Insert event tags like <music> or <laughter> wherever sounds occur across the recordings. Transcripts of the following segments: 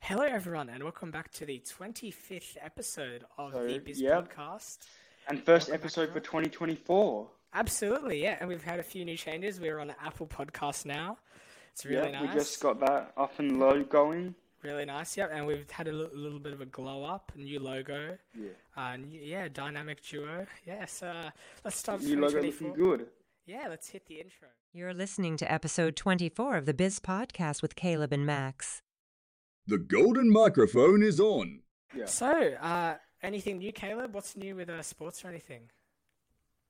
Hello, everyone, and welcome back to the 25th episode of So, the Biz yeah. Podcast. And first Welcome back, episode for Rob. 2024. Absolutely, yeah. And we've had a few new changes. We're on Apple Podcast now. It's really yeah, nice. we just got that up and low going. Really nice, yep. And we've had a li- little bit of a glow up, a new logo. Yeah. Uh, new, yeah, dynamic duo. Yes, uh, let's start with New logo looking 2024. good. Yeah, let's hit the intro. You're listening to episode 24 of the Biz Podcast with Caleb and Max. The golden microphone is on. Yeah. So, uh, anything new, Caleb? What's new with uh, sports or anything?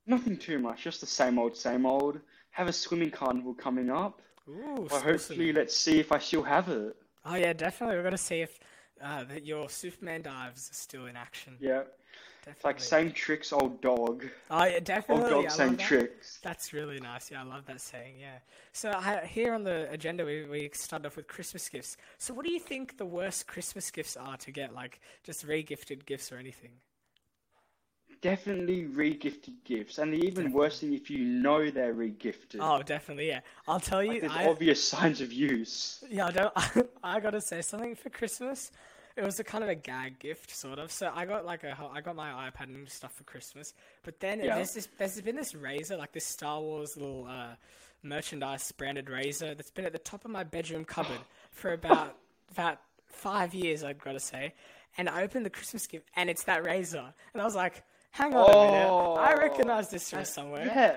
Nothing too much, just the same old, same old. Have a swimming carnival coming up. Ooh, Well, hopefully, awesome. let's see if I still have it. Oh, yeah, definitely. We're going to see if uh, that your Superman dives are still in action. Yeah. It's like Definitely. same tricks, old dog. Oh yeah, Old definitely. I dog, love same that. tricks. That's really nice. Yeah, I love that saying. Yeah. So I, here on the agenda, we we start off with Christmas gifts. So what do you think the worst Christmas gifts are to get? Like just regifted gifts or anything? Definitely regifted gifts. And the even worse thing if you know they're regifted. Oh, definitely. Yeah. I'll tell you. Like, there's I, obvious signs of use. Yeah, I don't. <laughs> I gotta say something for Christmas. It was a kind of a gag gift, sort of. So I got like a, ho- I got my iPad and stuff for Christmas. But then Yeah. there's this, there's been this razor, like this Star Wars little uh, merchandise branded razor that's been at the top of my bedroom cupboard for about about five years, I've got to say. And I opened the Christmas gift, and it's that razor, and I was like, hang on a minute, I Oh, recognize this from somewhere. Yeah.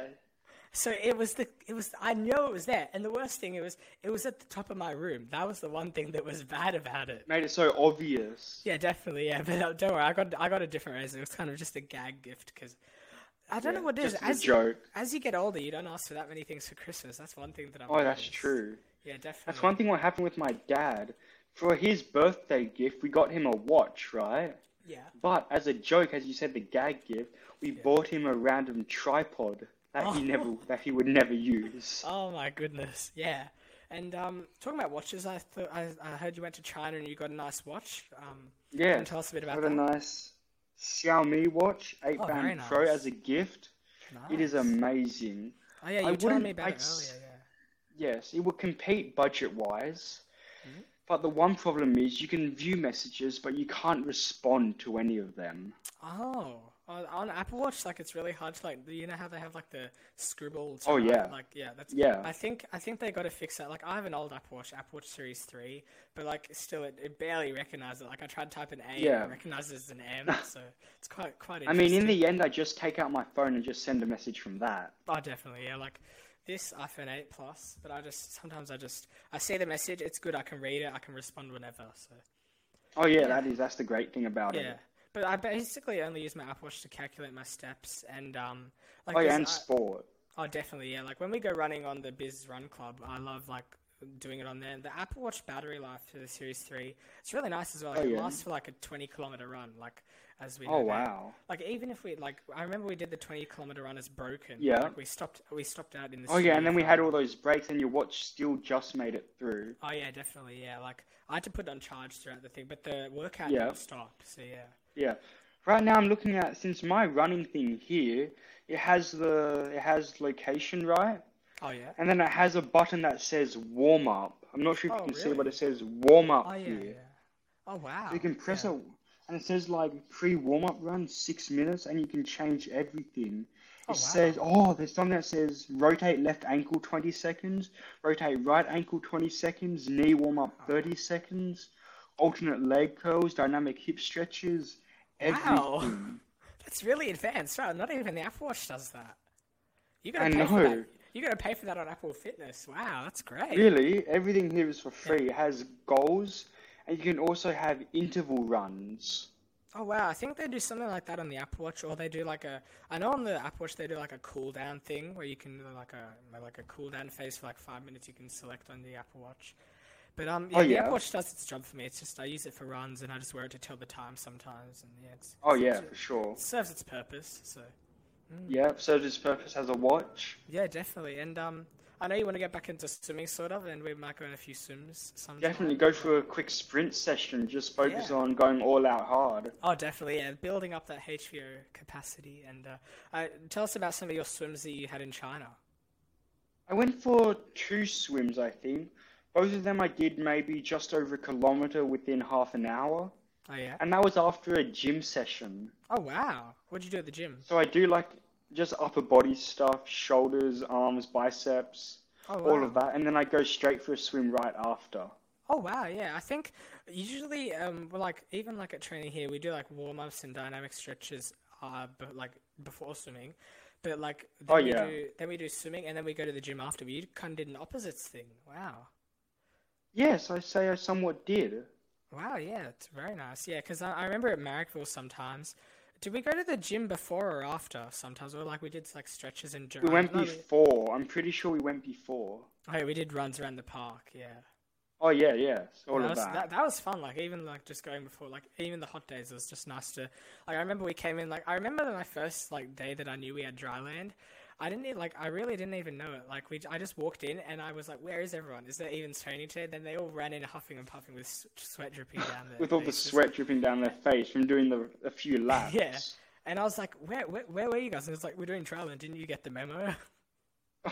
So it was the it was I know it was there, and the worst thing it was it was at the top of my room. That was the one thing that was bad about it. Made it so obvious. Yeah, definitely. Yeah, <laughs> but uh, don't worry, I got I got a different reason. It was kind of just a gag gift because I don't know what it is. just as a as You, joke. as you get older, you don't ask for that many things for Christmas. That's one thing that I've. Oh, that's noticed. true. Yeah, definitely. That's one thing what happened with my dad. For his birthday gift, we got him a watch, right? Yeah. But as a joke, as you said, the gag gift, we bought him a random tripod that he never that he would never use. Oh my goodness. Yeah. And um, talking about watches, I thought I, I heard you went to China and you got a nice watch. Um, Yeah. Can you tell us a bit about Got a that? nice Xiaomi watch, 8 Oh, very band Pro nice. as a gift. It is amazing. Oh yeah, you I were telling wouldn't- me about I it s- earlier. Yeah. Yes, it will compete budget wise. Mm-hmm. But the one problem is you can view messages, but you can't respond to any of them. Oh, on, on Apple Watch, like it's really hard to like. You know how they have like the scribble. Oh, type, yeah. Like yeah, that's Yeah. I think I think they got to fix that. Like I have an old Apple Watch, Apple Watch Series Three, but like still, it, it barely recognizes it. Like I tried to type an A, and Yeah. it recognizes as an <laughs> M. so it's quite quite. I mean, in interesting. the end, I just take out my phone and just send a message from that. Oh, definitely, yeah. Like this iPhone 8 Plus, but I just sometimes I just I see the message. It's good. I can read it. I can respond whenever. So. Oh yeah, that is that's the great thing about Yeah, it. but I basically only use my Apple Watch to calculate my steps and um like oh yeah, there's- and I- sport. Oh, definitely, yeah. Like when we go running on the Biz Run Club, I love like doing it on there. The Apple Watch battery life for the Series Three, it's really nice as well. Like, Oh, It yeah. lasts for like a twenty kilometer run, like as we. Oh know now. wow. Like even if we like, I remember we did the twenty kilometer run as broken. Yeah. Like we stopped. We stopped out in the. Oh yeah, and street. then we had all those breaks, and your watch still just made it through. Oh yeah, definitely, yeah. Like I had to put it on charge throughout the thing, but the workout Yeah. never stopped. So yeah. Yeah. Right now, I'm looking at since my running thing here, it has the it has location right, Oh yeah. and then it has a button that says warm up. I'm not sure if Oh, you can see, but really? it says warm up Oh yeah. here. yeah. Oh wow. So you can press yeah. it, and it says like pre warm up run six minutes, and you can change everything. Oh, wow. It says, oh, there's something that says rotate left ankle 20 seconds, rotate right ankle 20 seconds, knee warm Oh, up 30 seconds, alternate leg curls, dynamic hip stretches, Wow. <laughs> everything. That's really advanced, right? Not even the Apple Watch does that. You gotta I pay for that. know. You gotta pay for that on Apple Fitness. Wow, that's great. Really, everything here is for free. It has goals, and you can also have interval runs. Oh wow, I think they do something like that on the Apple Watch, or they do like a. I know on the Apple Watch they do like a cool down thing where you can do like a like a cool down phase for like five minutes. You can select on the Apple Watch. But um, yeah, Oh, the yeah? Apple Watch does its job for me. It's just I use it for runs, and I just wear it to tell the time sometimes, and yeah, it's, Oh, it's- yeah, it for sure. serves its purpose. So. Yeah, so this purpose has a watch. Yeah, definitely. And um, I know you want to get back into swimming, sort of, and we might go on a few swims sometime. Definitely go for a quick sprint session. Just focus Yeah. on going all out hard. Oh, definitely. Yeah, building up that HVO capacity. And uh, uh, tell us about some of your swims that you had in China. I went for two swims, I think. Both of them I did maybe just over a kilometer within half an hour, Oh yeah. and that was after a gym session. Oh wow. What'd you do at the gym? So I do like just upper body stuff, shoulders, arms, biceps, Oh wow. all of that, and then I go straight for a swim right after. Oh wow, yeah. I think usually, um, we're like even like at training here, we do like warm ups and dynamic stretches, uh, b like before swimming, but like then Oh, we yeah. do then we do swimming and then we go to the gym after. We kind of did an opposites thing. Wow, Yes, I say I somewhat did. wow, yeah, it's very nice. Yeah, because I, I remember at Marrickville sometimes. Did we go to the gym before or after? Sometimes, or like we did like stretches and We went no, we, before. I'm pretty sure we went before. oh, yeah, we did runs around the park. Yeah. Oh yeah, yes, all that of was, that. that. That was fun. Like even like just going before, like even the hot days, it was just nice to. Like I remember we came in. Like I remember my first like day that I knew we had dry land. I didn't e- like. I really didn't even know it. Like we, I just walked in and I was like, "Where is everyone? Is there even training today?" Then they all ran in huffing and puffing with s- sweat dripping down their With all the faces. sweat dripping down their face from doing the a few <laughs> laps. Yeah. And I was like, "Where, where, where were you guys?" And it's like, "We're doing trial and didn't you get the <laughs> memo?" I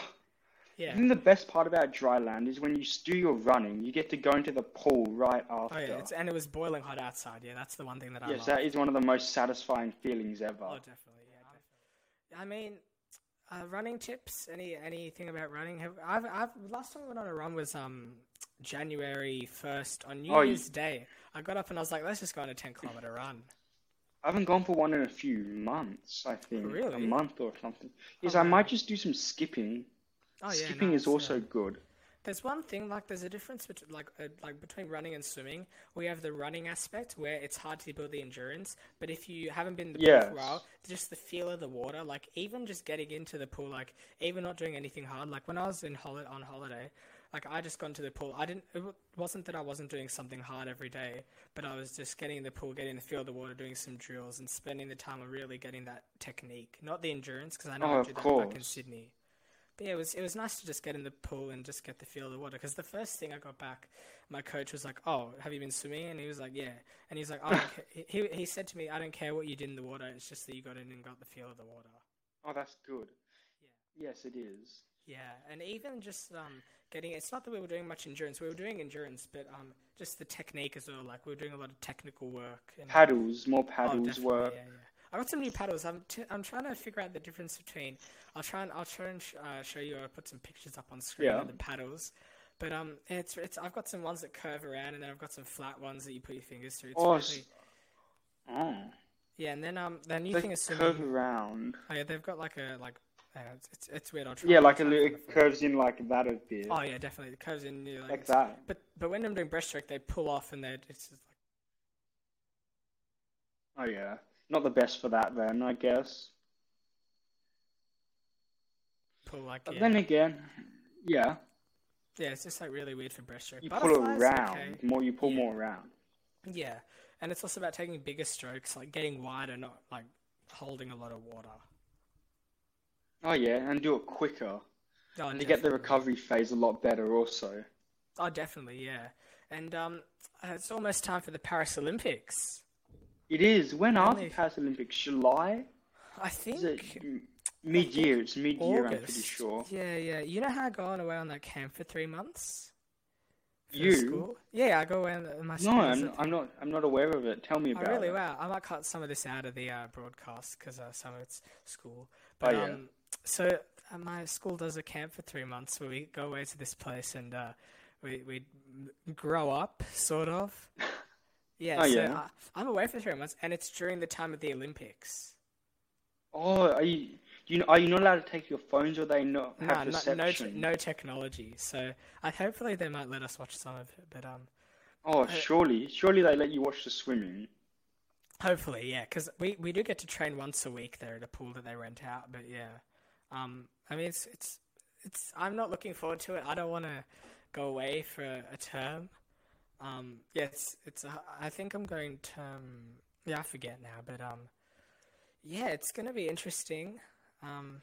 yeah. think the best part about dry land is when you s- do your running, you get to go into the pool right after. Oh yeah. It's, and it was boiling hot outside. Yeah, that's the one thing that I. yes, love. that is one of the most satisfying feelings ever. Oh, definitely. Yeah, definitely. I mean, uh, running tips. Any anything about running? Have, I've I've last time I went on a run was um January first on New Oh, you- Year's Day. I got up and I was like, let's just go on a ten kilometer run. I haven't gone for one in a few months, I think. A Really? month or something. Yes, Oh, I wow. might just do some skipping. Oh yeah, skipping is nice, also yeah. good. There's one thing like there's a difference between like uh, like between running and swimming. We have the running aspect where it's hard to build the endurance, but if you haven't been in the pool for a Yes. while, just the feel of the water, like even just getting into the pool, like even not doing anything hard. Like when I was in holiday on holiday, like I just got into the pool. I didn't. It wa- wasn't that I wasn't doing something hard every day, but I was just getting in the pool, getting the feel of the water, doing some drills, and spending the time on really getting that technique, not the endurance, because I know Oh, I of did that back in course. Sydney. But yeah, it was it was nice to just get in the pool and just get the feel of the water. Because the first thing I got back, my coach was like, "Oh, have you been swimming?" And he was like, "Yeah." And he's like, "Oh, "I <laughs> don't care." He he- he said to me, "I don't care what you did in the water. It's just that you got in and got the feel of the water." Oh, that's good. Yes, it is. Yeah, and even just um getting it's not that we were doing much endurance. We were doing endurance, but um just the technique as well. Like we were doing a lot of technical work. And, Paddles, more Oh, paddles definitely, work. Yeah, yeah. I got some new paddles. I'm t- I'm trying to figure out the difference between. I'll try and I'll try and sh- uh, show you or put some pictures up on screen Yeah. of the paddles. But um, it's it's I've got some ones that curve around, and then I've got some flat ones that you put your fingers through. It's Oh, s- really, Oh. yeah, and then um, their new They thing is curve swimming. around. Oh, yeah, they've got like a like, uh, it's, it's it's weird. I'll try. Yeah, I'll like a try and little, find it the photo. curves in like that a bit. Oh yeah, definitely. It curves in you know, like, Like it's- that. But but when I'm doing breaststroke, they pull off and they it's just like Oh yeah, not the best for that then, I guess. pull like But yeah. then again, yeah, yeah, it's just like really weird for breaststroke. you pull Butterflies, around okay. more. You pull Yeah. more around. Yeah, and it's also about taking bigger strokes, like getting wider, not like holding a lot of water. Oh yeah, and do it quicker, Oh, and you get the definitely. recovery phase a lot better also. Oh, definitely, yeah. And um, uh, it's almost time for the Paris Olympics. It is. When are the Only- Paris Olympics? July? I Is it think m- mid-year? It's mid-year. I'm pretty August. sure. Yeah, yeah. You know how I go on away on that camp for three months? For You? School? Yeah, I go away on my No, school. as I'm, a- I'm not. I'm not aware of it. Tell me Oh, about really? it. Wow. I might cut some of this out of the uh, broadcast because uh, some of it's school. Oh, But yeah. um, so uh, my school does a camp for three months where we go away to this place and uh, we we grow up, sort <laughs> of. Yeah. Oh, so yeah. I, I'm away for three months, and it's during the time of the Olympics. Oh, are you? You know, are you not allowed to take your phones, or they not Nah, have no, no, te- reception? no technology. So I hopefully they might let us watch some of it, but um. Oh, surely, surely they let you watch the swimming. Hopefully, yeah, because we, we do get to train once a week there at a pool that they rent out. But yeah, um, I mean it's it's it's I'm not looking forward to it. I don't want to go away for a term. Um, yeah, it's it's a, I think I'm going term. Yeah, I forget now, but um, yeah, it's gonna be interesting. Um,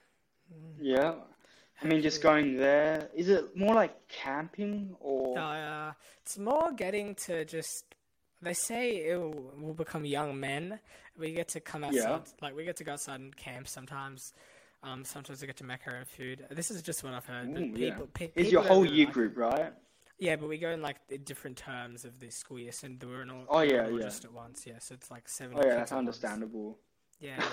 Yeah. I mean, just going there. Is it more like camping or? Uh, it's more getting to just. They say it will, we'll become young men. We get to come outside, Yeah. like we get to go outside and camp sometimes. Um, sometimes we get to make our own food. This is just what I've heard. but Ooh, yeah. people, pe- Is people your don't whole really year like it. group, right? Yeah, but we go in like the different terms of the school year, so they we're not Oh, yeah, yeah. just at once. Yeah, so it's like seven. Oh yeah, kids that's at once. understandable. Yeah, yeah.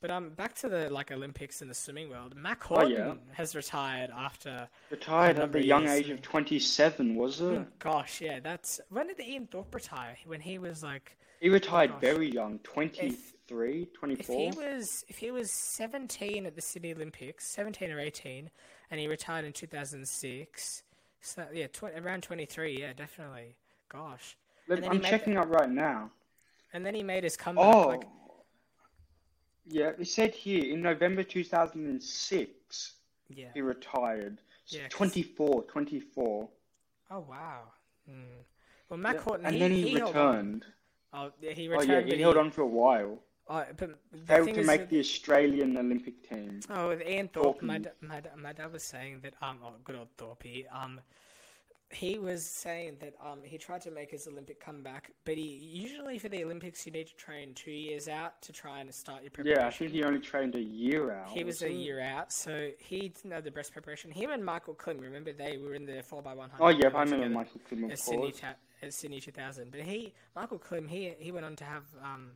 But um, back to the like Olympics and the swimming world. Mac Oh, Horton yeah. has retired after. Retired at Number the young years, age yeah. of 27, was Hmm. it? Gosh, yeah, that's when did Ian Thorpe retire? When he was like, He retired Gosh. very young, 23, if 24. he was if he was seventeen at the Sydney Olympics, seventeen or eighteen, and he retired in two thousand six. So yeah, tw- around twenty three. Yeah, definitely. Gosh. Look, and then he I'm made checking up right now. And then he made his comeback. Oh, Like, yeah. It said here in November 2006 yeah. he retired. So Yeah, 'cause- 24, 24. Oh wow. Mm. Well, Mac Horton, and he, then he, held on. returned. Oh, yeah, he Oh returned. yeah, but he held on for a while. Oh, but the Failed thing to is make with- the Australian Olympic team. Oh, with Ian Thorpe, my, Thorpey. d- my, d- my dad was saying that, um, oh, good old Thorpey, um, he was saying that, um, he tried to make his Olympic comeback, but he, usually for the Olympics, you need to train two years out to try and start your Yeah, I preparation. think he only trained a year out. He was a wasn't year out, so he didn't have the best preparation. Him and Michael Kling, remember they were in the 4x100. Oh yeah, I together remember Michael Kim, at of Sydney, course. ta- at Sydney 2000. But he, Michael Klim, he he went on to have um,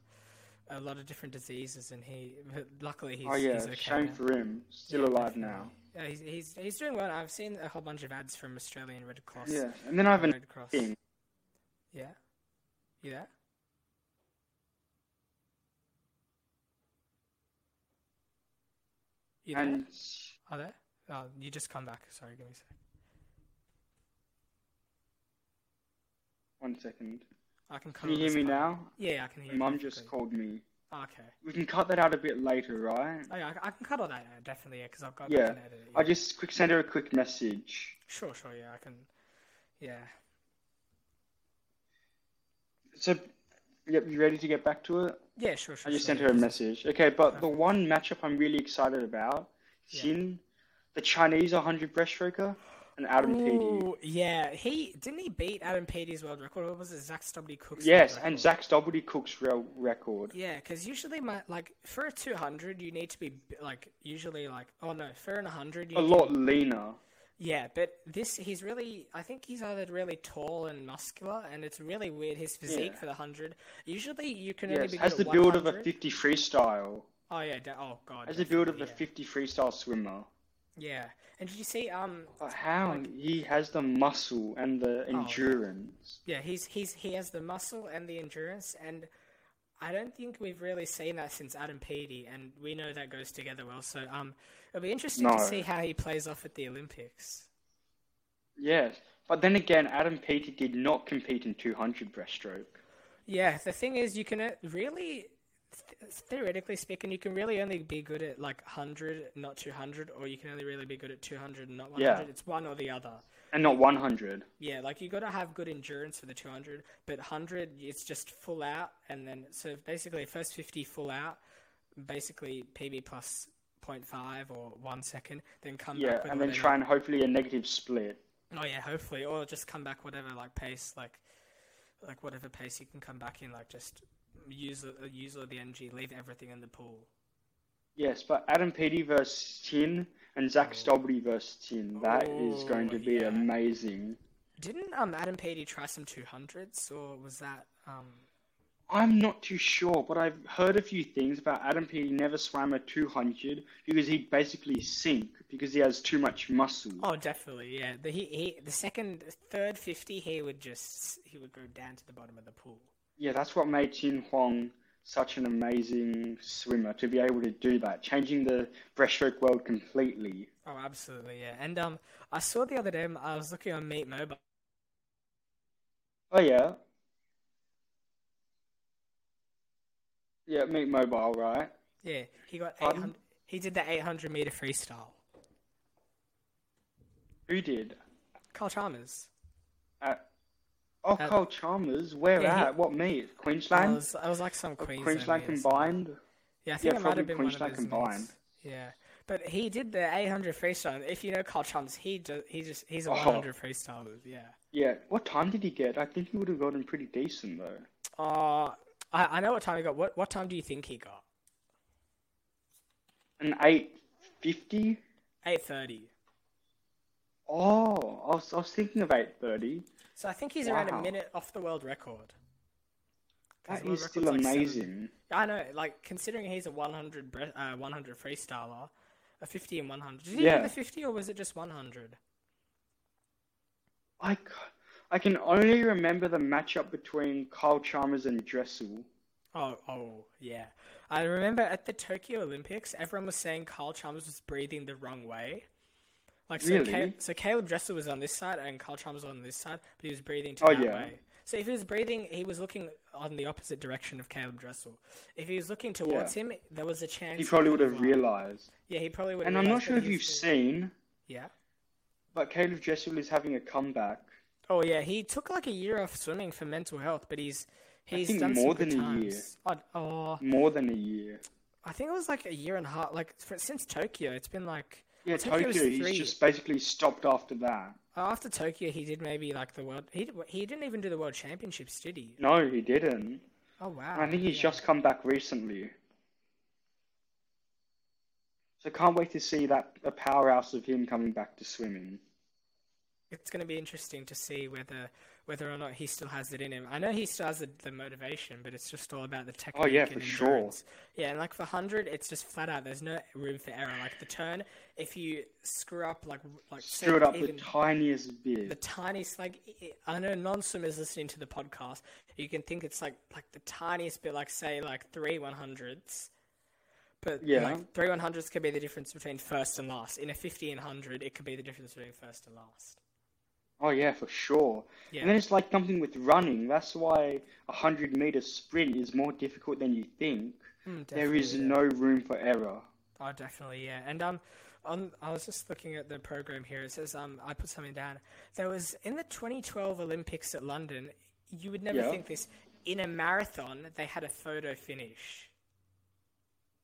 a lot of different diseases, and he but luckily he's Oh yeah, he's okay shame now. for him. Still Yeah, alive definitely. now. Yeah, he's, he's he's doing well. I've seen a whole bunch of ads from Australian Red Cross. Yeah, and then I have an Red Cross. thing. Yeah, you there? You there? And Are there? Oh, you just come back. Sorry, give me a sec. one second. I can come. Can you on hear this me part. now? Yeah, I can hear you. Mum just perfectly. called me. Okay. We can cut that out a bit later, right? Oh, yeah, I c- I can cut all that out, definitely, because I've got. I Yeah. can edit it, I just quick send her a quick message. Sure, sure, yeah, I can. Yeah. So, yep, you ready to get back to it? Yeah, sure, sure. I just sure, sent yeah. her a message. Okay, but the one matchup I'm really excited about, Yeah. Xin, the Chinese 100 breaststroker, and Adam Peaty. Ooh, yeah, he didn't he beat Adam Peaty's world record, or was it Zach Stubbley Cook's world Yes, and record? Zach Stobbledy Cook's real record. Yeah, because usually my like for a two hundred, you need to be like usually like oh no, for an hundred, A lot leaner. Yeah, but this he's really I think he's either really tall and muscular, and it's really weird his physique Yeah. for the hundred. Usually, you can only Yes, be good has at the build of a 100. 50 freestyle. Oh yeah, de- oh god, Has the build of a definitely, 50 freestyle swimmer. yeah. Yeah, and did you see um But how he has the muscle and the yeah. endurance. Yeah, he's he's he has the muscle and the endurance, and I don't think we've really seen that since Adam Peaty, and we know that goes together well. So um, it'll be interesting to No. see how he plays off at the Olympics. Yes, but then again, Adam Peaty did not compete in 200 breaststroke. Yeah, the thing is, you can uh, really, th- theoretically speaking, you can really only be good at like hundred, not two hundred, or you can only really be good at two hundred and not one Yeah. hundred. It's one or the other. And not 100. Yeah, like you got to have good endurance for the 200, but 100 it's just full out and then so basically first 50 full out, basically PB plus 0.5 or 1 second, then come Yeah, back with and then whatever- try and hopefully a negative split. Oh yeah, hopefully or just come back whatever like pace like like whatever pace you can come back in like just use the- use all the energy, leave everything in the pool. Yes, but Adam Peaty versus Tin and Zach Stobbley versus Tin. That is going to Oh, be yeah. amazing. Didn't um Adam Peaty try some 200s or was that um I'm not too sure, but I've heard a few things about Adam Peaty never swam a 200 because he'd basically sink because he has too much muscle. Oh, definitely, yeah. The he, he the second, third fifty, he would just he would go down to the bottom of the pool. Yeah, that's what made Chin Huang such an amazing swimmer to be able to do that, changing the breaststroke world completely. Oh, absolutely, yeah. And um, I saw the other day um, I was looking on Meet Mobile. Oh yeah. Yeah, Meet Mobile, right? Yeah, he got eight Pardon? hundred. He did the eight hundred meter freestyle. Who did? Carl Chalmers. At... Oh, At- Carl Chalmers. Where Uh, Yeah, he- at? What meet? I Queensland? was, I was like some Queensland. Queensland meet or something. combined? Yeah, I think Yeah, it might probably have been one of Queensland those combined. mates. Yeah, but he did the eight hundred freestyle. and If you know Carl Chalmers, he do, he just he's a Oh. one hundred freestyler. Yeah. Yeah. What time did he get? I think he would have gotten pretty decent though. Uh, I I know what time he got. What what time do you think he got? An eight fifty? Eight thirty. Oh, I was, I was thinking of 830. So I think he's around a Wow. minute off the world record. 'Cause That the world is still record's like seven- amazing. I know, like considering he's a 100 bre- uh, 100 freestyler, a 50 and 100. Did he Yeah. do the 50 or was it just 100? I, c- I can only remember the matchup between Kyle Chalmers and Dressel. Oh, oh, yeah. I remember at the Tokyo Olympics, everyone was saying Carl Chalmers was breathing the wrong way. Like so, Ca- Really? so Caleb Dressel was on this side and Carl Chalmers was on this side, but he was breathing to Oh, that yeah. way. So if he was breathing, he was looking on the opposite direction of Caleb Dressel. If he was looking towards him, there was a chance. He probably would have realized. realized. Yeah, he probably would. And I'm not sure if you've seen, Yeah. but Caleb Dressel is having a comeback. Oh yeah, he took like a year off swimming for mental health, but he's he's think done some more good than a year. times. Oh, oh, More than a year. I think it was like a year and a half. Like for, since Tokyo, it's been like Yeah, Tokyo Tokyo, was he's three. just basically stopped after that. after Tokyo, he did maybe like the world. He did- he didn't even do the world championships, did he? No, he didn't. Oh wow. And I think he's yeah. just come back recently. So can't wait to see that a powerhouse of him coming back to swimming. It's going to be interesting to see whether whether or not he still has it in him. I know he still has the, the motivation, but it's just all about the technique. Oh, yeah, and for sure. endurance. Yeah, and like for hundred, it's just flat out. There's no room for error. Like the turn, if you screw up, like like say Screwed up the even- tiniest the bit. tiniest like i- i know non-swimmers listening to the podcast you can think it's like like the tiniest bit like say like three one hundredths but Yeah. like three one hundredths could be the difference between first and last in a 50 and 100 it could be the difference between first and last Oh yeah, for sure. yeah And then it's like something with running. That's why a hundred meter sprint is more difficult than you think. Mm, There is definitely, yeah. no room for error. Oh, definitely, yeah. And um, on I was just looking at the program here. It says um, I put something down. There was in the 2012 Olympics at London. You would never Yeah. think this. In a marathon, they had a photo finish.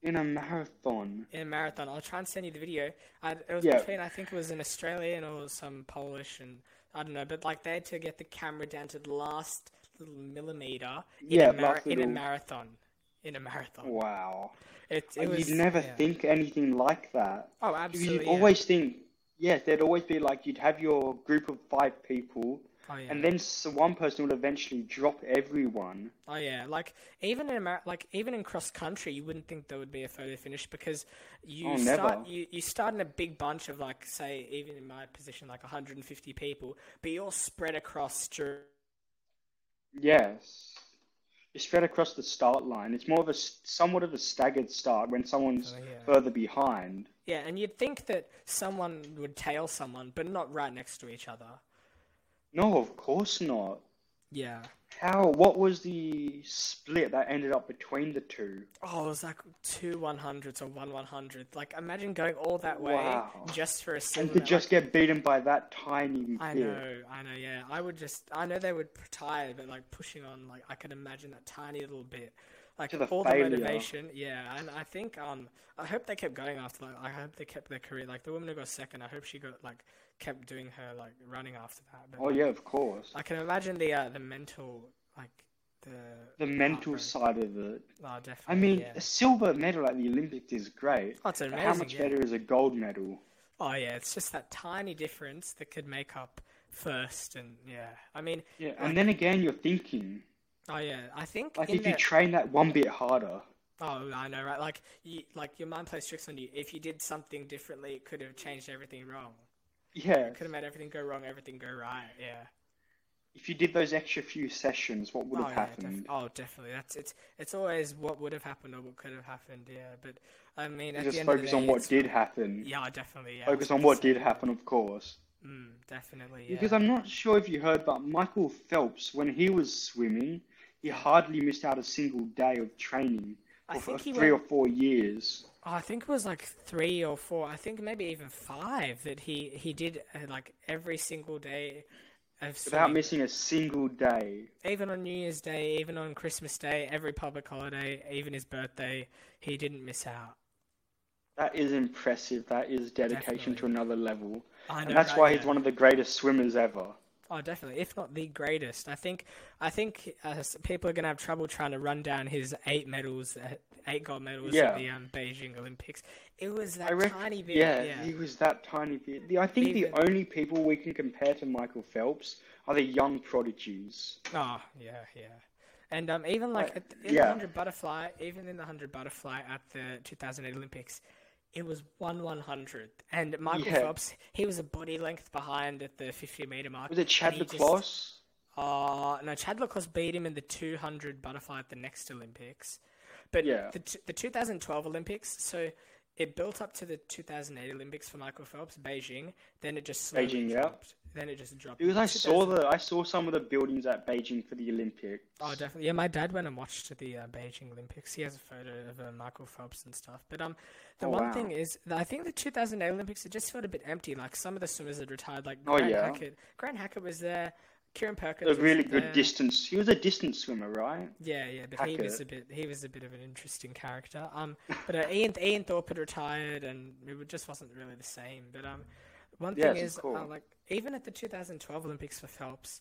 In a marathon. In a marathon, I'll try and send you the video. I, it was Yeah. between I think it was an Australian or some Polish, and I don't know. But like they had to get the camera down to the last little millimeter in Yeah, a, mara- last in a little- marathon. In a marathon, Wow. it, it Like, was you'd never yeah. think anything like that. Oh, You'd absolutely. yeah. always think, yeah, there'd always be like you'd have your group of five people, Oh, yeah. and then s- one person would eventually drop everyone. Oh yeah, like even in Amer- like even in cross country, you wouldn't think there would be a photo finish because you Oh, start never. you, you start in a big bunch of like say even in my position like 150 people, but you're spread across to Yes. You spread across the start line. It's more of a s- somewhat of a staggered start when someone's Oh, yeah. further behind. yeah, and you'd think that someone would tail someone, but not right next to each other. No, of course not. Yeah. How? What was the split that ended up between the two? Oh, it was like two 100s or one 100. Like imagine going all that way Wow. just for a And single. to just get beaten by that tiny I bit. know, I know, yeah. I would just, I know they would retire, but like pushing on, like I could imagine that tiny little bit, like To the all failure. the motivation, yeah. And I think, um, I hope they kept going after. Like, I hope they kept their career. Like the woman who got second, I hope she got like kept doing her like running after that. But Oh yeah, of course. I can imagine the uh, the mental, like the The mental heartbreak. side of it. Oh, I definitely. mean, yeah. a silver medal at the Olympics is great. Oh, it's but how amazing, much yeah. better is a gold medal? Oh yeah, it's just that tiny difference that could make up first, and yeah. I mean, Yeah, and then again, you're thinking oh yeah, I think like in if you the- train that one bit harder. Oh, I know, right? Like you, like your mind plays tricks on you. If you did something differently, it could have changed everything wrong. Yeah, It could have made everything go wrong, everything go right. Yeah. if you did those extra few sessions, what would Oh have yeah, def- happened? oh definitely. That's it's it's always what would have happened or what could have happened. Yeah, but I mean, You at the just end of the focus day, on what it's- did happen. Yeah, definitely. Yeah. Focus on what did happen, of course. Mm, definitely. Yeah. Because I'm not sure if you heard, but Michael Phelps, when he was swimming, he hardly missed out a single day of training I for think he three or went- four years. Oh, I think it was like three or four. I think maybe even five that he he did uh, like every single day of Without swimming. missing a single day. even on New Year's Day, even on Christmas Day, every public holiday, even his birthday, he didn't miss out. That is impressive. That is dedication to Definitely. another level. I And know, that's right? why Yeah. he's one of the greatest swimmers ever. Oh, definitely, if not the greatest. I think I think uh, s- people are going to have trouble trying to run down his eight medals, uh, eight gold medals Yeah. at the um, Beijing Olympics. It was that I reckon, tiny bit. yeah, yeah. he was that tiny bit. The, I think Even- the only people we can compare to Michael Phelps are the young prodigies. Oh, yeah, yeah. And um, even like at the, in the yeah. 100 butterfly, even in the 100 butterfly at the 2008 Olympics, it was 1 100th. And Michael Yeah. Phelps, he was a body length behind at the 50 meter mark. Was it Chad and he just- Lacrosse? Oh, no, Chad Lacoste beat him in the 200 butterfly at the next Olympics. But Yeah. the, t- the 2012 Olympics, so it built up to the 2008 Olympics for Michael Phelps, Beijing. Then it just slowly Beijing, yeah. dropped. Then it just dropped. Because I saw 2000 the I saw some of the buildings at Beijing for the Olympics. Oh, definitely. Yeah, my dad went and watched the uh, Beijing Olympics. He has a photo of uh, Michael Phelps and stuff. But um, the Oh, one wow. thing is, that I think the 2008 Olympics it just felt a bit empty. Like some of the swimmers had retired. Like Oh, Grant yeah. Hackett. Grant Hackett was there. Kieran Perkins A was really good there. distance. He was a distance swimmer, right? Yeah, yeah, but he was a Hackett. bit he was a bit of an interesting character. Um, but uh, Ian Ian Thorpe had retired, and it wa- just wasn't really the same. But um, one Yes, thing of is, uh, course. like even at the 2012 Olympics for Phelps,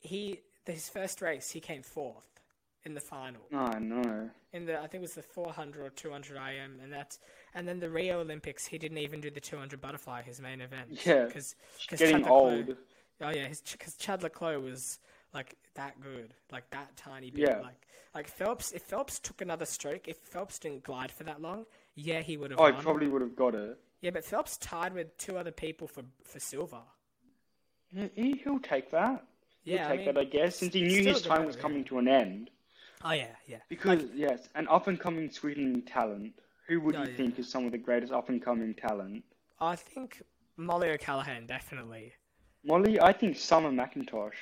he his first race he came fourth in the final I know. in the I think it was the 400 or 200 IM, and that's and then the Rio Olympics he didn't even do the 200 butterfly his main event. Yeah, because getting old. Oh yeah, because Chad Leclerc was like that good, like that tiny bit. Yeah. Like like Phelps, if Phelps took another stroke, if Phelps didn't glide for that long, yeah, he would have Oh, I won. probably would have got it. Yeah, but Phelps tied with two other people for for silver. He- He, he'll take that. He'll Yeah, I take mean, that, I guess, since he knew still his the time was better, yeah. coming to an end. Oh yeah, yeah. Because yes, an up and coming Sweden talent. Who would Oh, you yeah. think is some of the greatest up and coming talent? I think Molly O'Callaghan definitely. Molly, I think Summer McIntosh,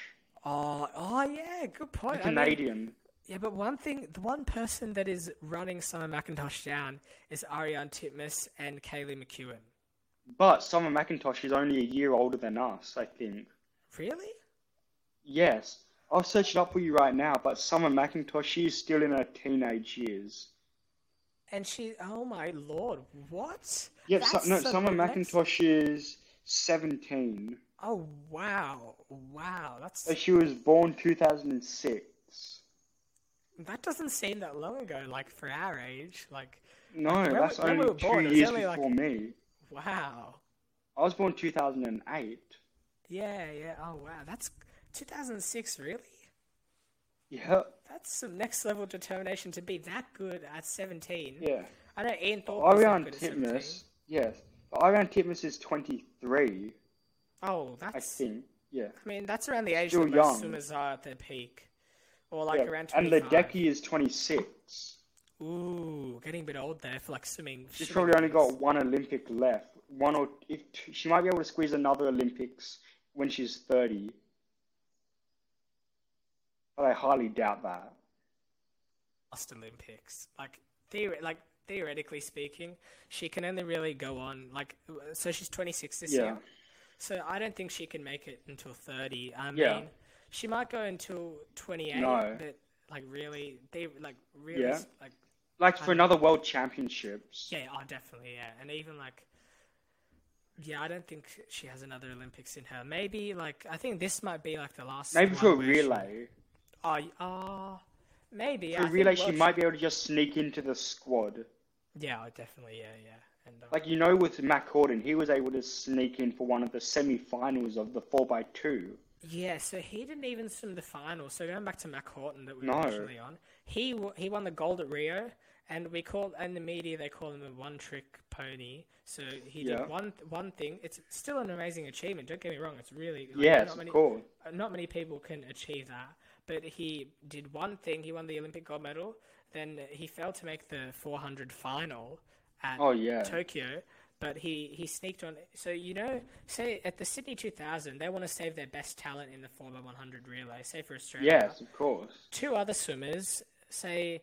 Oh, oh yeah, good the point. I mean, Canadian. Yeah, but one thing, the one person that is running Summer McIntosh down is Ariane Titmus and Kaylee McEwen. But Summer McIntosh is only a year older than us, I think. Really? Yes, I'll search it up for you right now. But Summer McIntosh, she is still in her teenage years. And she, oh my lord, what? Yep, so, That's no, some Summer next- McIntosh is seventeen. Oh wow, wow, that's So she was born two thousand and six. that doesn't seem that long ago, like for our age, like No, When we- that's when we only were born, it two was years only, like- before me. wow, I was born two thousand and eight. yeah, yeah, oh wow, that's 2006, really? Yeah, That's some next level determination to be that good at 17. yeah. I know Ian Thorpe was that Ariane Oh, good at 17. Titmus, yes. But Ariane Titmus is 23, Oh, I that's think. Yeah. I mean, that's around the age Still that most young. swimmers are at their peak, or like yeah. around and 25. Ledecky is 26. Ooh, getting a bit old there for like swimming. She's swimming probably only got days. one Olympic left. One or if t- she might be able to squeeze another Olympics when she's 30. But I highly doubt that. last Olympics. Like theor- like theoretically speaking, she can only really go on like so she's 26 this Yeah. year. So I don't think she can make it until 30. I mean, Yeah. she might go until 28, No. but like really they like really Yeah. like Like for another World Championships. Yeah, oh, definitely, yeah. And even like, yeah, I don't think she has another Olympics in her. Maybe like, I think this might be like the last. Maybe one for a where she- relay. Oh, y- oh, maybe. For I a think relay, she World might be able to just sneak into the squad. Yeah, oh, definitely, yeah, yeah. And uh, Like you know, with Matt Corden, he was able to sneak in for one of the semi-finals of the four x two. yeah, so he didn't even swim the final. So going back to Mac Horton that we were No. originally on, he w- he won the gold at Rio. And we call and the media they call him a one trick pony. So he Yeah. did one one thing. It's still an amazing achievement. Don't get me wrong. It's really like, Yes, not of many- course. Uh, not many people can achieve that. But he did one thing. He won the Olympic gold medal. Then he failed to make the 400 final at Oh, yeah. Tokyo. But he, he sneaked on. So, you know, say at the Sydney 2000, they want to save their best talent in the 4x100 relay, say for Australia. Yes, of course. Two other swimmers, say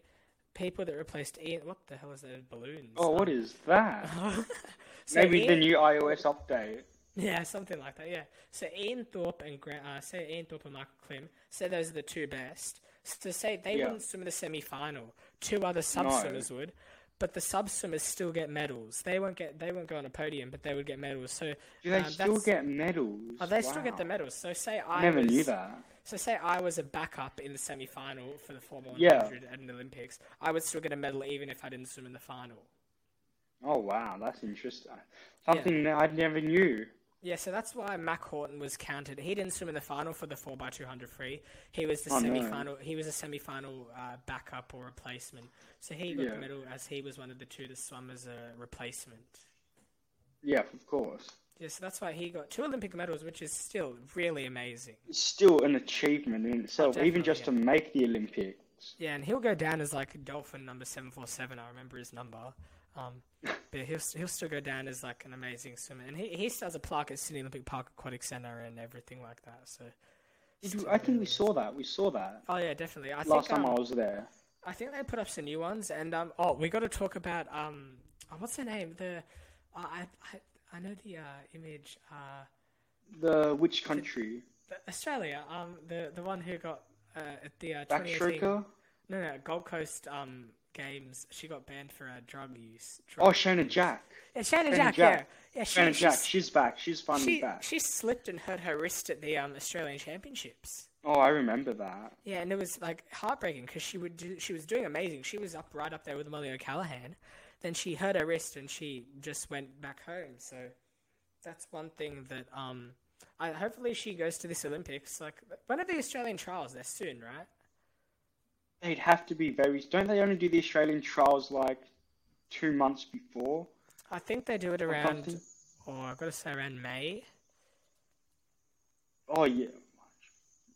people that replaced Ian. What the hell is those balloons? Oh, what is that? <laughs> So Maybe the Ian- new iOS update. Yeah, something like that. Yeah. So Ian Thorpe and Grant, uh, say Ian Thorpe and Michael Klim, say those are the two best. So to say they Yeah. wouldn't swim in the semi final, two other sub swimmers would. but the sub swimmers still get medals. They won't get they won't go on a podium, but they would get medals. So Do they um, still that's- get medals? Oh, they still get the Wow. medals. So say I Never was, knew that. So say I was a backup in the semi final for the Formula One Yeah. hundred at an Olympics, I would still get a medal even if I didn't swim in the final. Oh wow, that's interesting. Something that I never knew. Yeah, so that's why Mac Horton was counted. He didn't swim in the final for the four x two hundred free. He was the Oh, no. semi-final. He was a semi-final uh, backup or replacement. So he got Yeah. the medal as he was one of the two that swam as a replacement. Yeah, of course. Yeah, so that's why he got two Olympic medals, which is still really amazing. It's still an achievement in itself, even definitely, just to make the Olympics. Yeah, and he'll go down as like Dolphin number seven four seven. I remember his number. Um, but he'll st- he'll still go down as like an amazing swimmer, and he he still has a plaque at Sydney Olympic Park Aquatic Centre and everything like that. So, Did we- I think we saw that. We saw that oh yeah, definitely. I last think, time um, I was there. I think they put up some new ones, and um, oh, we got to talk about um, oh, what's her name? The uh, I I I know the uh, image. Uh, The which country? the- Australia. Um, the the one who got uh, at the uh, 2018. Backstroker? No, no, Gold Coast um games. She got banned for uh, drug use. Drug Oh, Shona Jack. yeah, Shannon Shannon Jack, Jack. Yeah, yeah. She, Shona she Jack. s- She's back. She's finally she, back. she slipped and hurt her wrist at the um Australian Championships. Oh, I remember that. Yeah, and it was like heartbreaking because she would do, she was doing amazing. She was up right up there with Molly O'Callaghan. Then she hurt her wrist and she just went back home. So that's one thing that um I hopefully she goes to this Olympics. Like when are the Australian trials? They're soon, right? They'd have to be very. Don't they only do the Australian trials like two months before? I think they do it or around something? or I've got to say around May. Oh yeah.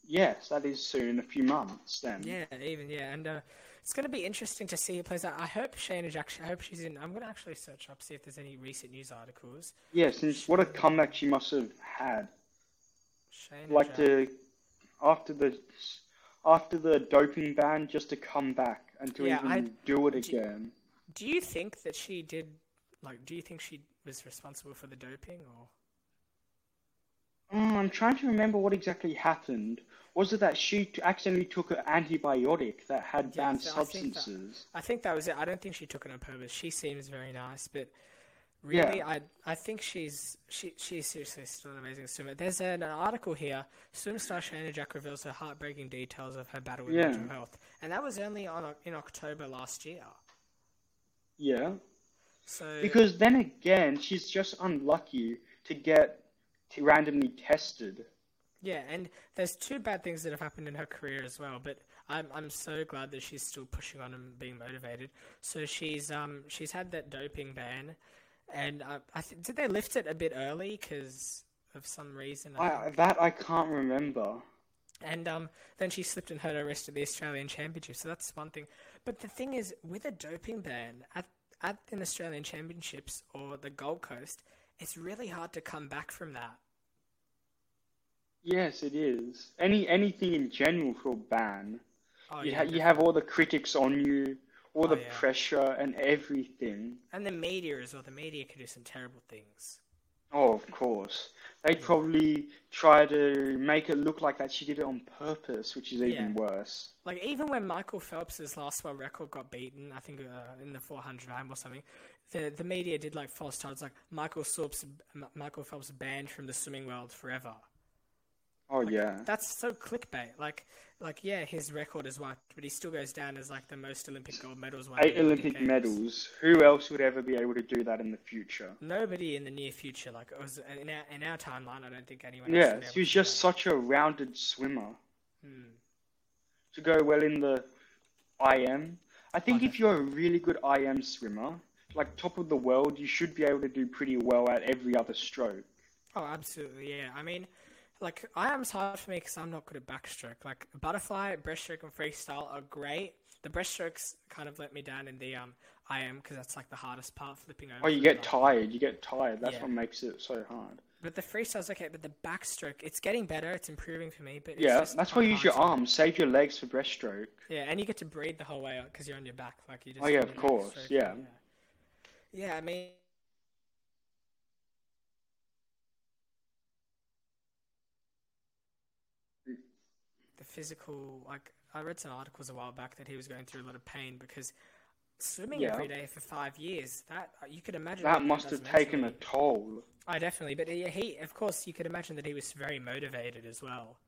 Yes, that is soon. In a few months, then. Yeah, even yeah, and uh, it's going to be interesting to see who plays out. I hope Shane is actually. I hope she's in. I'm going to actually search up see if there's any recent news articles. Yeah, since what a comeback she must have had. Shane, Like the after the after the doping ban, just to come back and to Yeah, even I- do it again. Do you think that she did? Like, do you think she was responsible for the doping, or Mm, I'm trying to remember what exactly happened. Was it that she t- accidentally took an antibiotic that had Yeah, banned so I think that- substances? I think that was it. I don't think she took it on purpose. She seems very nice, but really, Yeah. I I think she's she she's seriously still an amazing swimmer. There's an, an article here. Swim star Shana Jack reveals her heartbreaking details of her battle with Yeah. mental health, and that was only on Oc- in October last year. Yeah. So Because then again, she's just unlucky to get t randomly tested. yeah, and there's two bad things that have happened in her career as well. But I'm I'm so glad that she's still pushing on and being motivated. So she's um she's had that doping ban, and uh, I th- did they lift it a bit early because of some reason. I I, that I can't remember. And um, then she slipped and hurt her wrist at the Australian Championship. So that's one thing. But the thing is, with a doping ban at at an Australian Championships or the Gold Coast, it's really hard to come back from that. Yes, it is. Any anything in general for a ban. Oh, you, yeah, ha- you have all the critics on you, all Oh, the yeah. pressure and everything. and the media as well. The media could do some terrible things. Oh, of course. They'd probably try to make it look like that she did it on purpose, which is even Yeah. worse. Like even when Michael Phelps's last world record got beaten, I think uh, in the 400 time or something, the the media did like false titles like Michael Phelps, M- Michael Phelps banned from the swimming world forever. Oh yeah. That's so clickbait. Like, like yeah, his record is wiped, but he still goes down as like the most Olympic gold medals won. at Eight the Olympic Games. medals. Who else would ever be able to do that in the future? Nobody in the near future, like it was in our, in our timeline, I don't think anyone. else Yeah, would be able she was to just do such a rounded swimmer. that. Hmm. To go well in the IM, I think if you're a really good IM swimmer, like top of the world, you should be able to do pretty well at every other stroke. Oh, absolutely, yeah. I mean, like IAM's hard for me because I'm not good at backstroke. Like butterfly, breaststroke, and freestyle are great. The breaststrokes kind of let me down in the um IAM because that's like the hardest part, flipping over. Oh, you from get the- tired. You get tired. That's Yeah. what makes it so hard. But the freestyle's okay, but the backstroke, it's getting better, it's improving for me. But it's Yeah, just that's why you kinda use your hard to- arms. Save your legs for breaststroke. Yeah, and you get to breathe the whole way because you're on your back, like you just. Oh, yeah, on of your back course, stroke, yeah. yeah. Yeah, I mean, the physical, like I read some articles a while back that he was going through a lot of pain because swimming Yeah. every day for five years. That uh, you could imagine That what must does have taken a mentally. toll. I definitely, but he, he, of course, you could imagine that he was very motivated as well.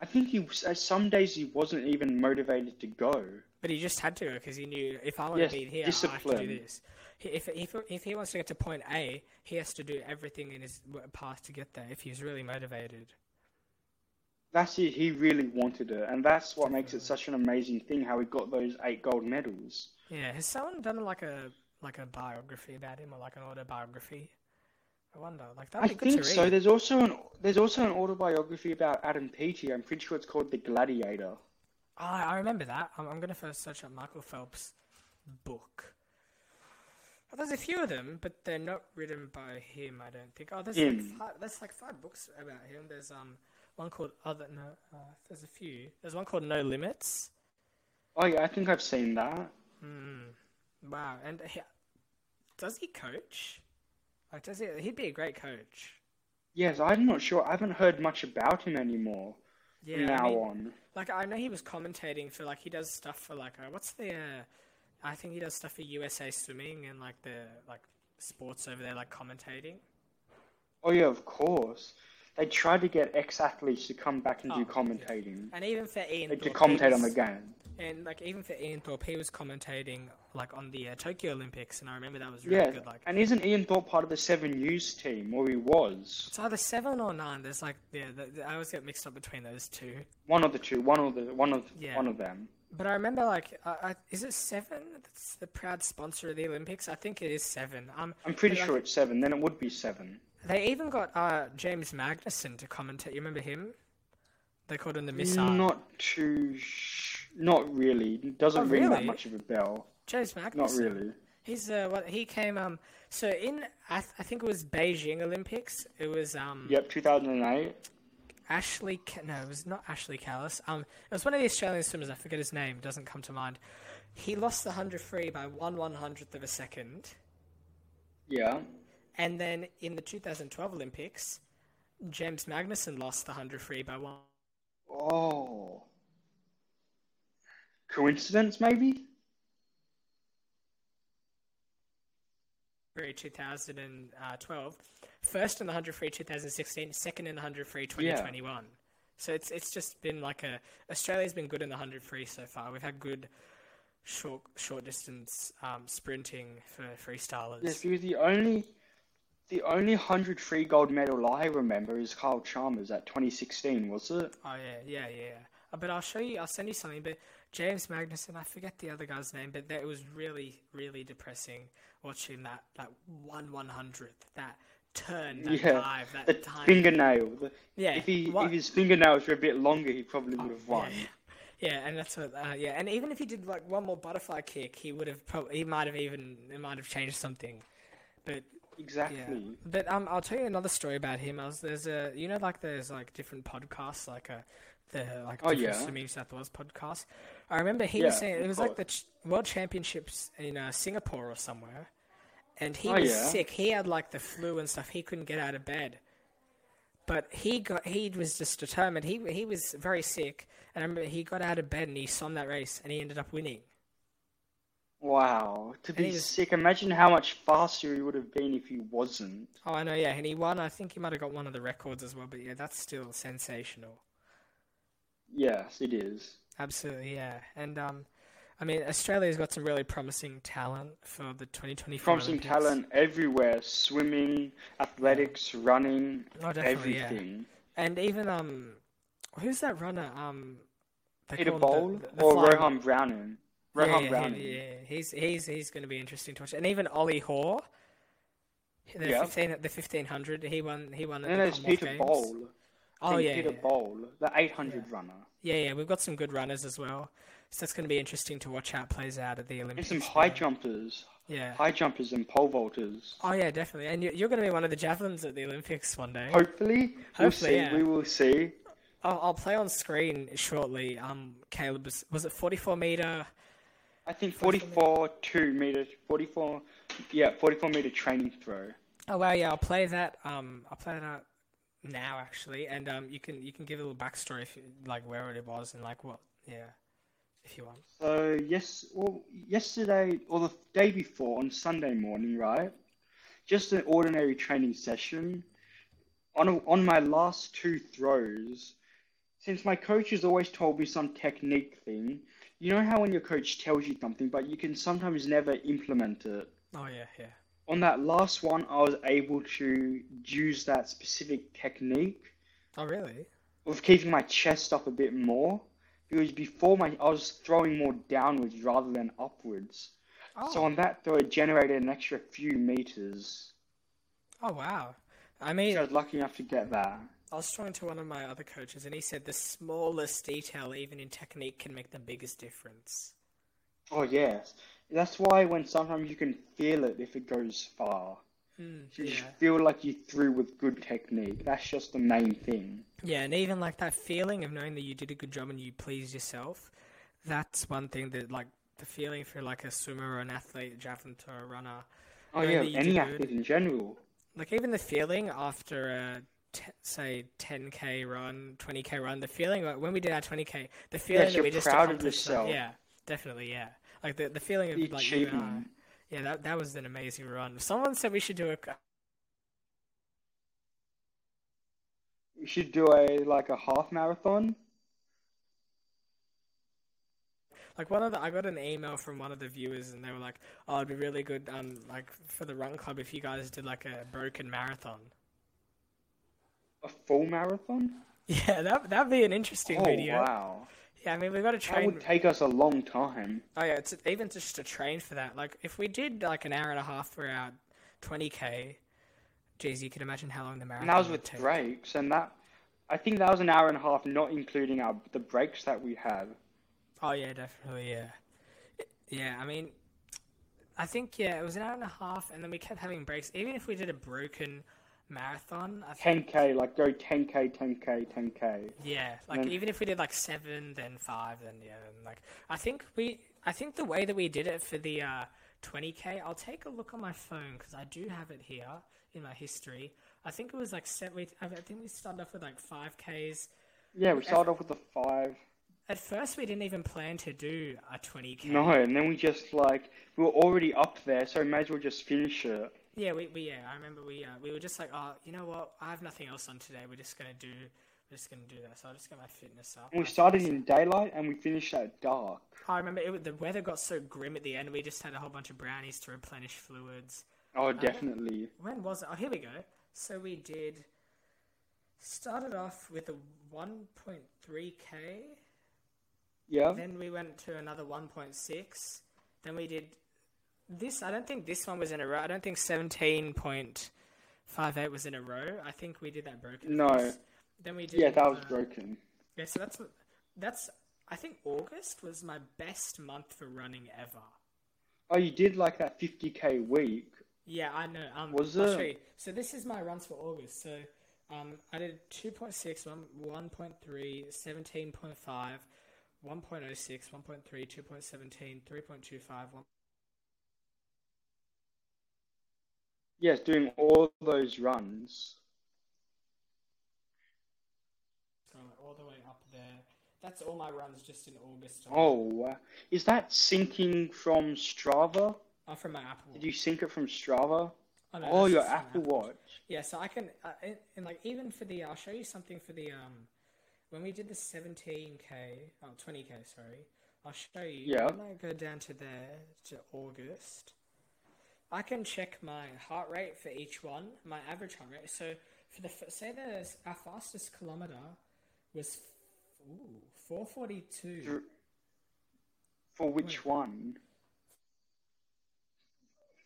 I think he was- uh, some days he wasn't even motivated to go. But he just had to because he knew if I want Yes, to be here, I have to discipline. do this. He- If, if if he wants to get to point A, he has to do everything in his w- path to get there. If he's really motivated, That's it. He really wanted it, and that's what makes it Mm. such an amazing thing. How he got those eight gold medals. yeah. Has someone done like a like a biography about him or like an autobiography? I wonder. Like that I would be good think to read. so. There's also an there's also an autobiography about Adam Peaty. I'm pretty sure it's called The Gladiator. Oh, I remember that. I'm, I'm gonna first search up Michael Phelps' book. Oh, there's a few of them, but they're not written by him. I don't think. Oh, there's Him. like five, there's like five books about him. There's um one called Other No. Uh, there's a few. There's one called No Limits. Oh yeah, I think I've seen that. Hmm. Wow. And he, does he coach? Like, does he? He'd be a great coach. Yes, I'm not sure. I haven't heard much about him anymore Yeah. from I now mean- on. Like I know he was commentating for like he does stuff for like uh, what's the uh, I think he does stuff for USA Swimming and like the like sports over there like commentating. Oh yeah, of course. They tried to get ex-athletes to come back and Oh, do yeah. commentating, And even for Ian like, to Thorpe, he commentate on the was- game. And like even for Ian Thorpe, he was commentating like on the uh, Tokyo Olympics, and I remember that was really Yeah, good. Like and isn't Ian Thorpe part of the Seven News team, or he was? it's either seven or nine. There's like yeah, the, the, I always get mixed up between those two. One of the two, one of the one of Yeah. one of them. But I remember, like, I, I, is it seven? That's the proud sponsor of the Olympics. I think it is seven. Um, I'm pretty but, like, sure it's seven. Then it would be seven. They even got uh, James Magnuson to commentate. You remember him? They called him the missile. Not too. Sh- not really. It doesn't Oh, ring that really? much of a bell. James Magnuson. Not really. He's uh, what he came um. So in I, th- I think it was Beijing Olympics. It was um Yep, 2008. Ashley. Ca- no, it was not Ashley Callis. Um, it was one of the Australian swimmers. I forget his name. Doesn't come to mind. He lost the hundred free by one one hundredth of a second. Yeah. And then in the 2012 Olympics, James Magnuson lost the 100 free by one. Oh. Coincidence, maybe? free 2012, uh, first in the 100 free 2016, second in the 100 free 2021. So it's it's just been like a Australia's been good in the 100 free so far. We've had good short short distance um, sprinting for freestylers. Yes, because the only. The only 100 free gold medal I remember is Kyle Chalmers at 2016, was it? Oh yeah, yeah, yeah. Uh, But I'll show you. I'll send you something. But James Magnuson, I forget the other guy's name, but that it was really, really depressing watching that that one one hundredth, that turn, that yeah. dive, that the time. fingernail. The, Yeah, If, he, what- Oh, if his fingernails were a bit longer, he probably would have yeah, won. yeah, and that's what. Uh, yeah, and even if he did like one more butterfly kick, he would have probably. He might have even. It might have changed something. But Yeah, Exactly. but um, I'll tell you another story about him. I was there's a you know like there's like different podcasts like a the like Oh, different yeah. swimming New South Wales podcast. I remember he was Yeah, saying it of was like the ch- World Championships in uh, Singapore or somewhere, and he Oh, was yeah. sick. He had like the flu and stuff. He couldn't get out of bed, but he got he was just determined. He he was very sick, and I remember he got out of bed and he swam that race and he ended up winning. Wow, to be he was- sick. Imagine how much faster he would have been if he wasn't. Oh, I know, yeah, and he won. I think he might have got one of the records as well. But yeah, that's still sensational. Yes, it is. Absolutely, yeah. And um, I mean, Australia's got some really promising talent for the 2024 Promising Olympics. talent everywhere swimming, athletics, running, Oh, definitely, yeah. everything. And even um, who's that runner? Um, they Peter call him Bowl the, the, the or flying- Rohan Browning? Yeah, Rohan yeah, Browning. he- yeah, he's he's he's going to be interesting to watch. And even Ollie Hoare, the Yeah. 15 the 1500, he won he won at And the then there's Commonwealth Peter Games. Bowl. I Oh think yeah, Peter yeah. Bowl, the 800 runner. yeah, yeah. We've got some good runners as well, so that's going to be interesting to watch how it plays out at the And Olympics. some high now. jumpers, Yeah. high jumpers and pole vaulters. Oh yeah, definitely. And you, you're going to be one of the javelins at the Olympics one Oh. day. Hopefully, we'll Hopefully, see. yeah. We will see. I'll, I'll play on screen shortly. Um, Caleb's was it 44 meter? I think 44 two meter, 44, yeah, 44 meter training throw. Oh wow, yeah, I'll play that. Um, I'll play that now actually, and um, you can you can give a little backstory if you, like where it was and like what, yeah, if if you want. So yes, well, yesterday or the day before on Sunday morning, right? Just an ordinary training session. On on my last two throws, since my coach has always told me some technique thing, you know how when your coach tells you something, but you can sometimes never implement it. Oh yeah, yeah. On that last one, I was able to use that specific technique Oh really? of keeping my chest up a bit more because before my I was throwing more downwards rather than upwards. Oh, So on that throw, it generated an extra few meters. oh wow. I So I mean, was lucky enough to get that. I was talking to one of my other coaches, and he said the smallest detail, even in technique, can make the biggest difference. Oh yes, that's why when sometimes you can feel it if it goes far. Mm, You just yeah. feel like you threw with good technique. That's just the main thing. Yeah, and even like that feeling of knowing that you did a good job and you pleased yourself, that's one thing that like the feeling for like a swimmer or an athlete, a javelin thrower, a runner, Oh knowing yeah, that you any did athlete in general. Like even the feeling after a t- say 10k run, 20k run, the feeling like, when we did our 20k, the feeling that you're we just proud of accomplished that- yourself. yeah, definitely, yeah. Like the the feeling of The like you and I. achievement. Yeah, that that was an amazing run. Someone said we should do a c- You should do a like a half marathon. Like one of the, I got an email from one of the viewers, and they were like, "Oh, it'd be really good, um, like for the run club if you guys did like a broken marathon." <laughs> A full marathon? Yeah, that that'd be an interesting Oh video. wow. Yeah, I mean we've got to That train. would take us a long time. Oh yeah, it's even just to train for that. Like if we did like an hour and a half for our twenty k, geez, you can imagine how long the marathon And that was would with take. breaks, and that I think that was an hour and a half, not including our the breaks that we had. Oh yeah, definitely yeah. Yeah, I mean, I think yeah, it was an hour and a half, and then we kept having breaks. Even if we did a broken marathon, I think. 10k, like go 10k, 10k, 10k. Yeah, like then- even if we did like seven, then five, then yeah, then like I think we, I think the way that we did it for the uh, 20k, I'll take a look on my phone because I do have it here in my history. I think it was like set. We, I think we started off with like five k's. Yeah, we started off with the five. At first, we didn't even plan to do a 20k. No, and then we just like we were already up there, so we may as well just finish it. Yeah, we, we yeah, I remember we uh, we were just like, oh, you know what? I have nothing else on today. We're just gonna do, we're just gonna do that. So I'll just get my fitness up. And we my started fitness in daylight, and we finished at dark. I remember it, wa- the weather got so grim at the end. We just had a whole bunch of brownies to replenish fluids. Oh, definitely. When was it? Oh, here we go. So we did. Started off with a 1.3k. Yeah. Then we went to another 1.6. Then we did this. I don't think this one was in a row. I don't think 17.58 was in a row. I think we did that broken. No. first. Then we did. Yeah, that was uh, broken. Yeah, so that's that's. I think August was my best month for running ever. Oh, you did like that 50k week. Yeah, I know. Um, Was I'll it- show you. So this is my runs for August. So um, I did 2.6, 1, 1.3, 17.5, 1.06, 1.3, 2.17, 3.25, 1. Yes, doing all those runs. So all the way up there. That's all my runs just in August. Oh, wow. is that syncing from Strava? Uh, from my Apple Did you sync it from Strava? Oh, no, Oh, that's your just from Apple Watch. Yeah, so I can, uh, and, and like even for the, I'll show you something for the um, when we did the 17k, oh 20k, sorry, I'll show you. Yeah. When I go down to there to August, I can check my heart rate for each one, my average heart rate. So for the f- say there's our fastest kilometer was f- ooh 442. For Hmm. which one?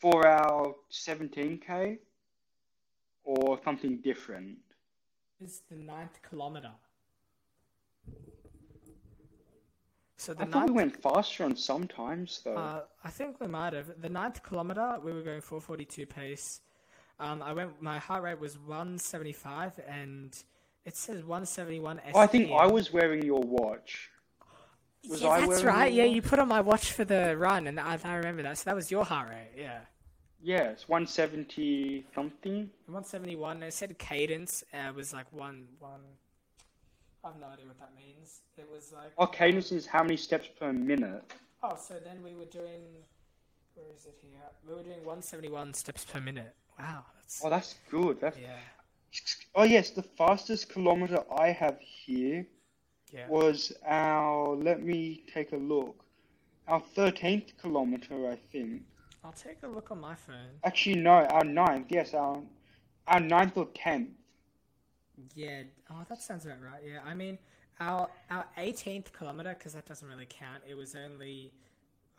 For our 17k? Or something different? It's the ninth kilometer. So the I thought we ninth. went faster on sometimes, though. Uh, I think we might have. The ninth kilometer, we were going 442 pace. Um, I went. My heart rate was 175, and it says 171. oh, I think SPM. I was wearing your watch. was Yeah, I that's wearing right. the Yeah, watch? you put on my watch for the run, and I, I remember that. So that was your heart rate. Yeah, Yes, 170 something. 171. It said cadence uh, was like one one I have no idea what that means. It was like Our cadence Oh, is how many steps per minute. oh, so then we were doing where is it here? We were doing 171 steps per minute. Wow, that's Oh, that's good. That's... yeah, Oh, yes, the fastest kilometer I have here yeah. was our, let me take a look, our 13th kilometer, I think. I'll take a look on my phone. Actually, no, our ninth. Yes, our our ninth or tenth. Yeah. Oh, that sounds about right. Yeah. I mean, our our 18th kilometer, because that doesn't really count. It was only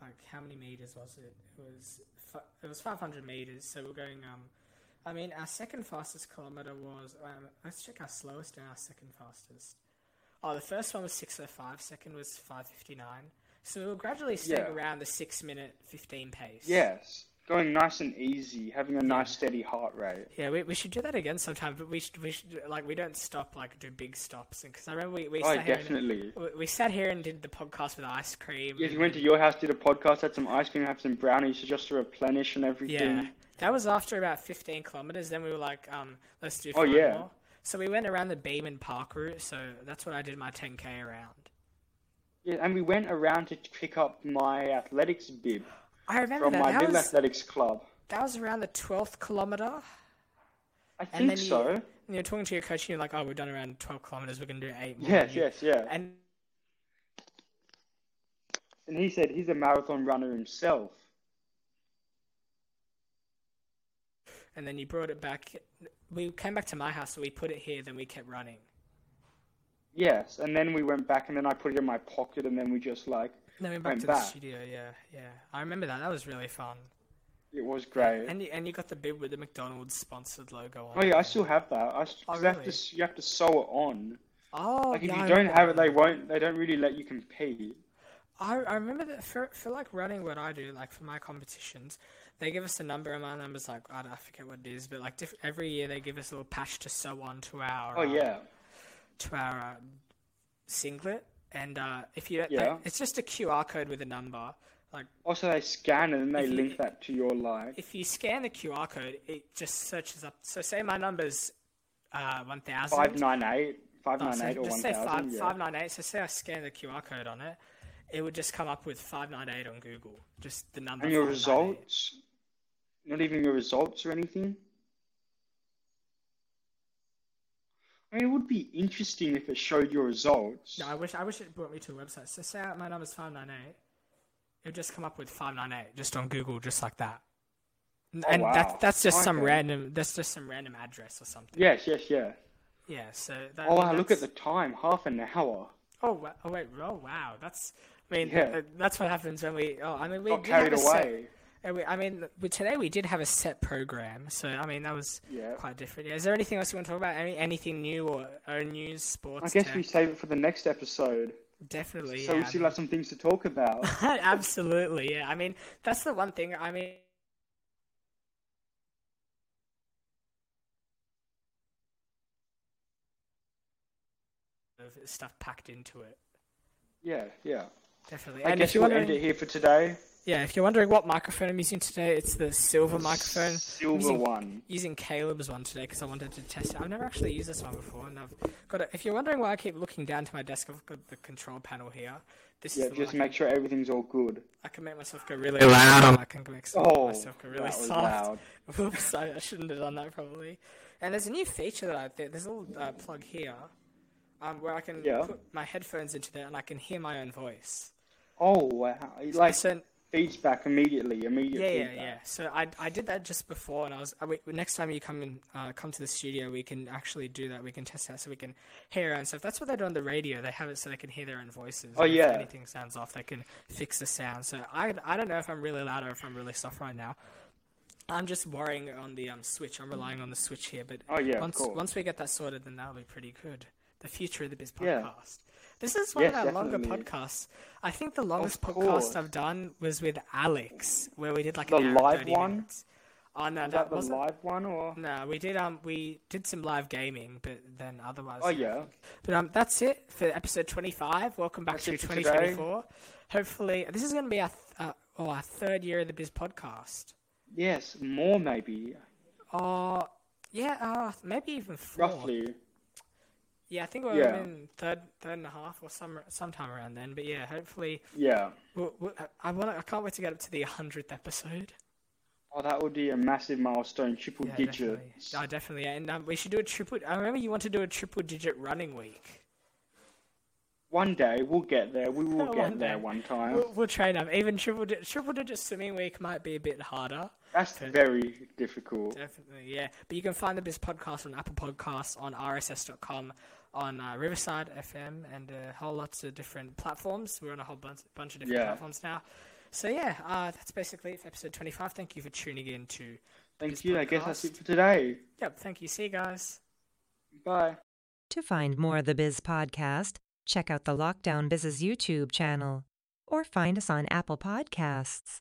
like how many meters was it? It was fi- it was 500 meters. So we're going. Um, I mean, our second fastest kilometer was. Um, let's check our slowest and our second fastest. Oh, the first one was 6:05. Second was 5:59. So we were gradually staying Yeah. around the six minute 15 pace. Yes, going nice and easy, having a nice steady heart rate. Yeah, we, we should do that again sometime, but we should we should like we don't stop like do big stops because I remember we, we Oh, sat here and, definitely. we- we sat here and did the podcast with ice cream. Yes, we went to your house, did a podcast, had some ice cream, had some brownies just to replenish and everything. yeah, that was after about fifteen kilometers. Then we were like, um, let's do. Oh, five yeah. more. So we went around the Beeman Park route. So that's what I did my ten k around. Yeah, and we went around to pick up my athletics bib I remember from Oh that. my that, little was, athletics club. that was around the twelfth kilometer. I And think then you- so. And you're talking to your coach, and you're like, "Oh, we're done around twelve kilometers. We're gonna do eight more." Yes, And you- yes, yeah. And And he said he's a marathon runner himself. and then you brought it back. We came back to my house, so we put it here. Then we kept running. Yes, and then we went back, and then I put it in my pocket, and then we just like Then we went back Went to the back. studio. Yeah, yeah. I remember that. That was really fun. it was great. And you, and you got the bib with the McDonald's sponsored logo on. Oh yeah, I still have that. I st- Oh, 'cause you have really? to s- you have to sew it on. Oh, Like if yeah, I you don't remember have it, that. they won't. They don't really let you compete. I, I remember that for for like running what I do, like for my competitions, they give us a number, and my number's like I, don't- I forget what it is, but like diff- every year they give us a little patch to sew on to our Oh uh, yeah, to our uh, singlet, and uh, if you don't, they- Yeah. it's just a QR code with a number. Like also they scan it and they If you- link that to your like. if you scan the QR code, it just searches up. So say my number's uh, one thousand. Five nine eight, five Oh, nine so eight, or one just say thousand. five, Yeah. five nine eight. So say I scan the QR code on it, it would just come up with five nine eight on Google, just the number. And your 598. results, not even your results or anything. I mean, it would be interesting if it showed your results. No, I wish I wish it brought me to a website. So say my number's five nine eight, it would just come up with five nine eight just on Google, just like that. N- Oh, and wow. that's that's just some Okay. random that's just some random address or something. Yes, yes, yeah. Yeah. So that, Oh, I mean, wow, look at the that's- time, half an hour. Oh, wa- oh wait. Oh wow. That's. I mean, Yeah. th- that's what happens when we. Oh, I mean, we Got did have carried a set- away. And we, I mean, we, today we did have a set program, so I mean that was Yeah. quite different. Yeah, is there anything else you want to talk about? Any anything new or, or news, sports? I guess tech? we save it for the next episode. definitely. So we yeah. still <laughs> have some things to talk about. <laughs> Absolutely, yeah. I mean, that's the one thing. I mean, of stuff packed into it. yeah, yeah. Definitely. I and guess if you're we'll end wondering- it here for today. yeah, if you're wondering what microphone I'm using today, it's the silver microphone. I'm Silver using one. using Caleb's one today because I wanted to test it. I've never actually used this one before, and I've got. A, if you're wondering why I keep looking down to my desk, I've got the control panel here. This Yeah, is the just one I, make sure everything's all good. I can make myself go really loud. I can make some- Oh, myself go really that was soft. <laughs> loud. Whoops! I, I shouldn't have done that probably. And there's a new feature that I think there's a little uh, plug here, um, where I can Yeah. put my headphones into there and I can hear my own voice. Oh wow! It, Like So feeds back immediately, immediate yeah, yeah, feedback. yeah. So I, I did that just before, and I was. I, we, next time you come in, uh, come to the studio, we can actually do that. We can test that, so we can hear our own stuff. That's what they do on the radio. They have it so they can hear their own voices. Oh, and yeah. If anything sounds off, they can fix the sound. So I, I don't know if I'm really loud or if I'm really soft right now. I'm just worrying on the um switch. I'm relying on the switch here, but Oh, yeah, of once course. once we get that sorted, then that'll be pretty good. The future of the Biz podcast. Yeah. This is one of Yes, our longer definitely. podcasts. I think the longest podcast course. I've done was with Alex, where we did like The an hour and live 30 one? minutes. Oh no, Is that that the wasn't. live one or? No, we did um we did some live gaming, but then otherwise. Oh yeah. But um, that's it for episode 25. Welcome back That's to it for today. 2024. Hopefully, this is going to be our th- uh, oh, our third year of the Biz podcast. Yes, more maybe, Oh. Yeah, uh, maybe uh, even four. roughly. Yeah, I think we're Yeah. in third, third and a half, or some sometime around then. But yeah, hopefully, Yeah. we'll, we'll, I want. I can't wait to get up to the hundredth episode. Oh, that would be a massive milestone, triple Yeah, definitely. digits. Oh, definitely. And um, we should do a triple. I remember you want to do a triple digit running week. One day we'll get there. We <laughs> will One get there day. one time. We'll, we'll train up. Even triple di- triple digit swimming week might be a bit harder. That's very difficult. Definitely, yeah. But you can find the Biz Podcast on Apple Podcasts, on RSS.com, on uh, Riverside FM, and a whole lots of different platforms. We're on a whole bunch, bunch of different Yeah. platforms now. So, yeah, uh, that's basically it for episode 25. Thank you for tuning in to. Thank This you. I guess that's podcast. it for today. Yep, thank you. See you guys. Bye. To find more of the Biz Podcast, check out the Lockdown Biz's YouTube channel or find us on Apple Podcasts.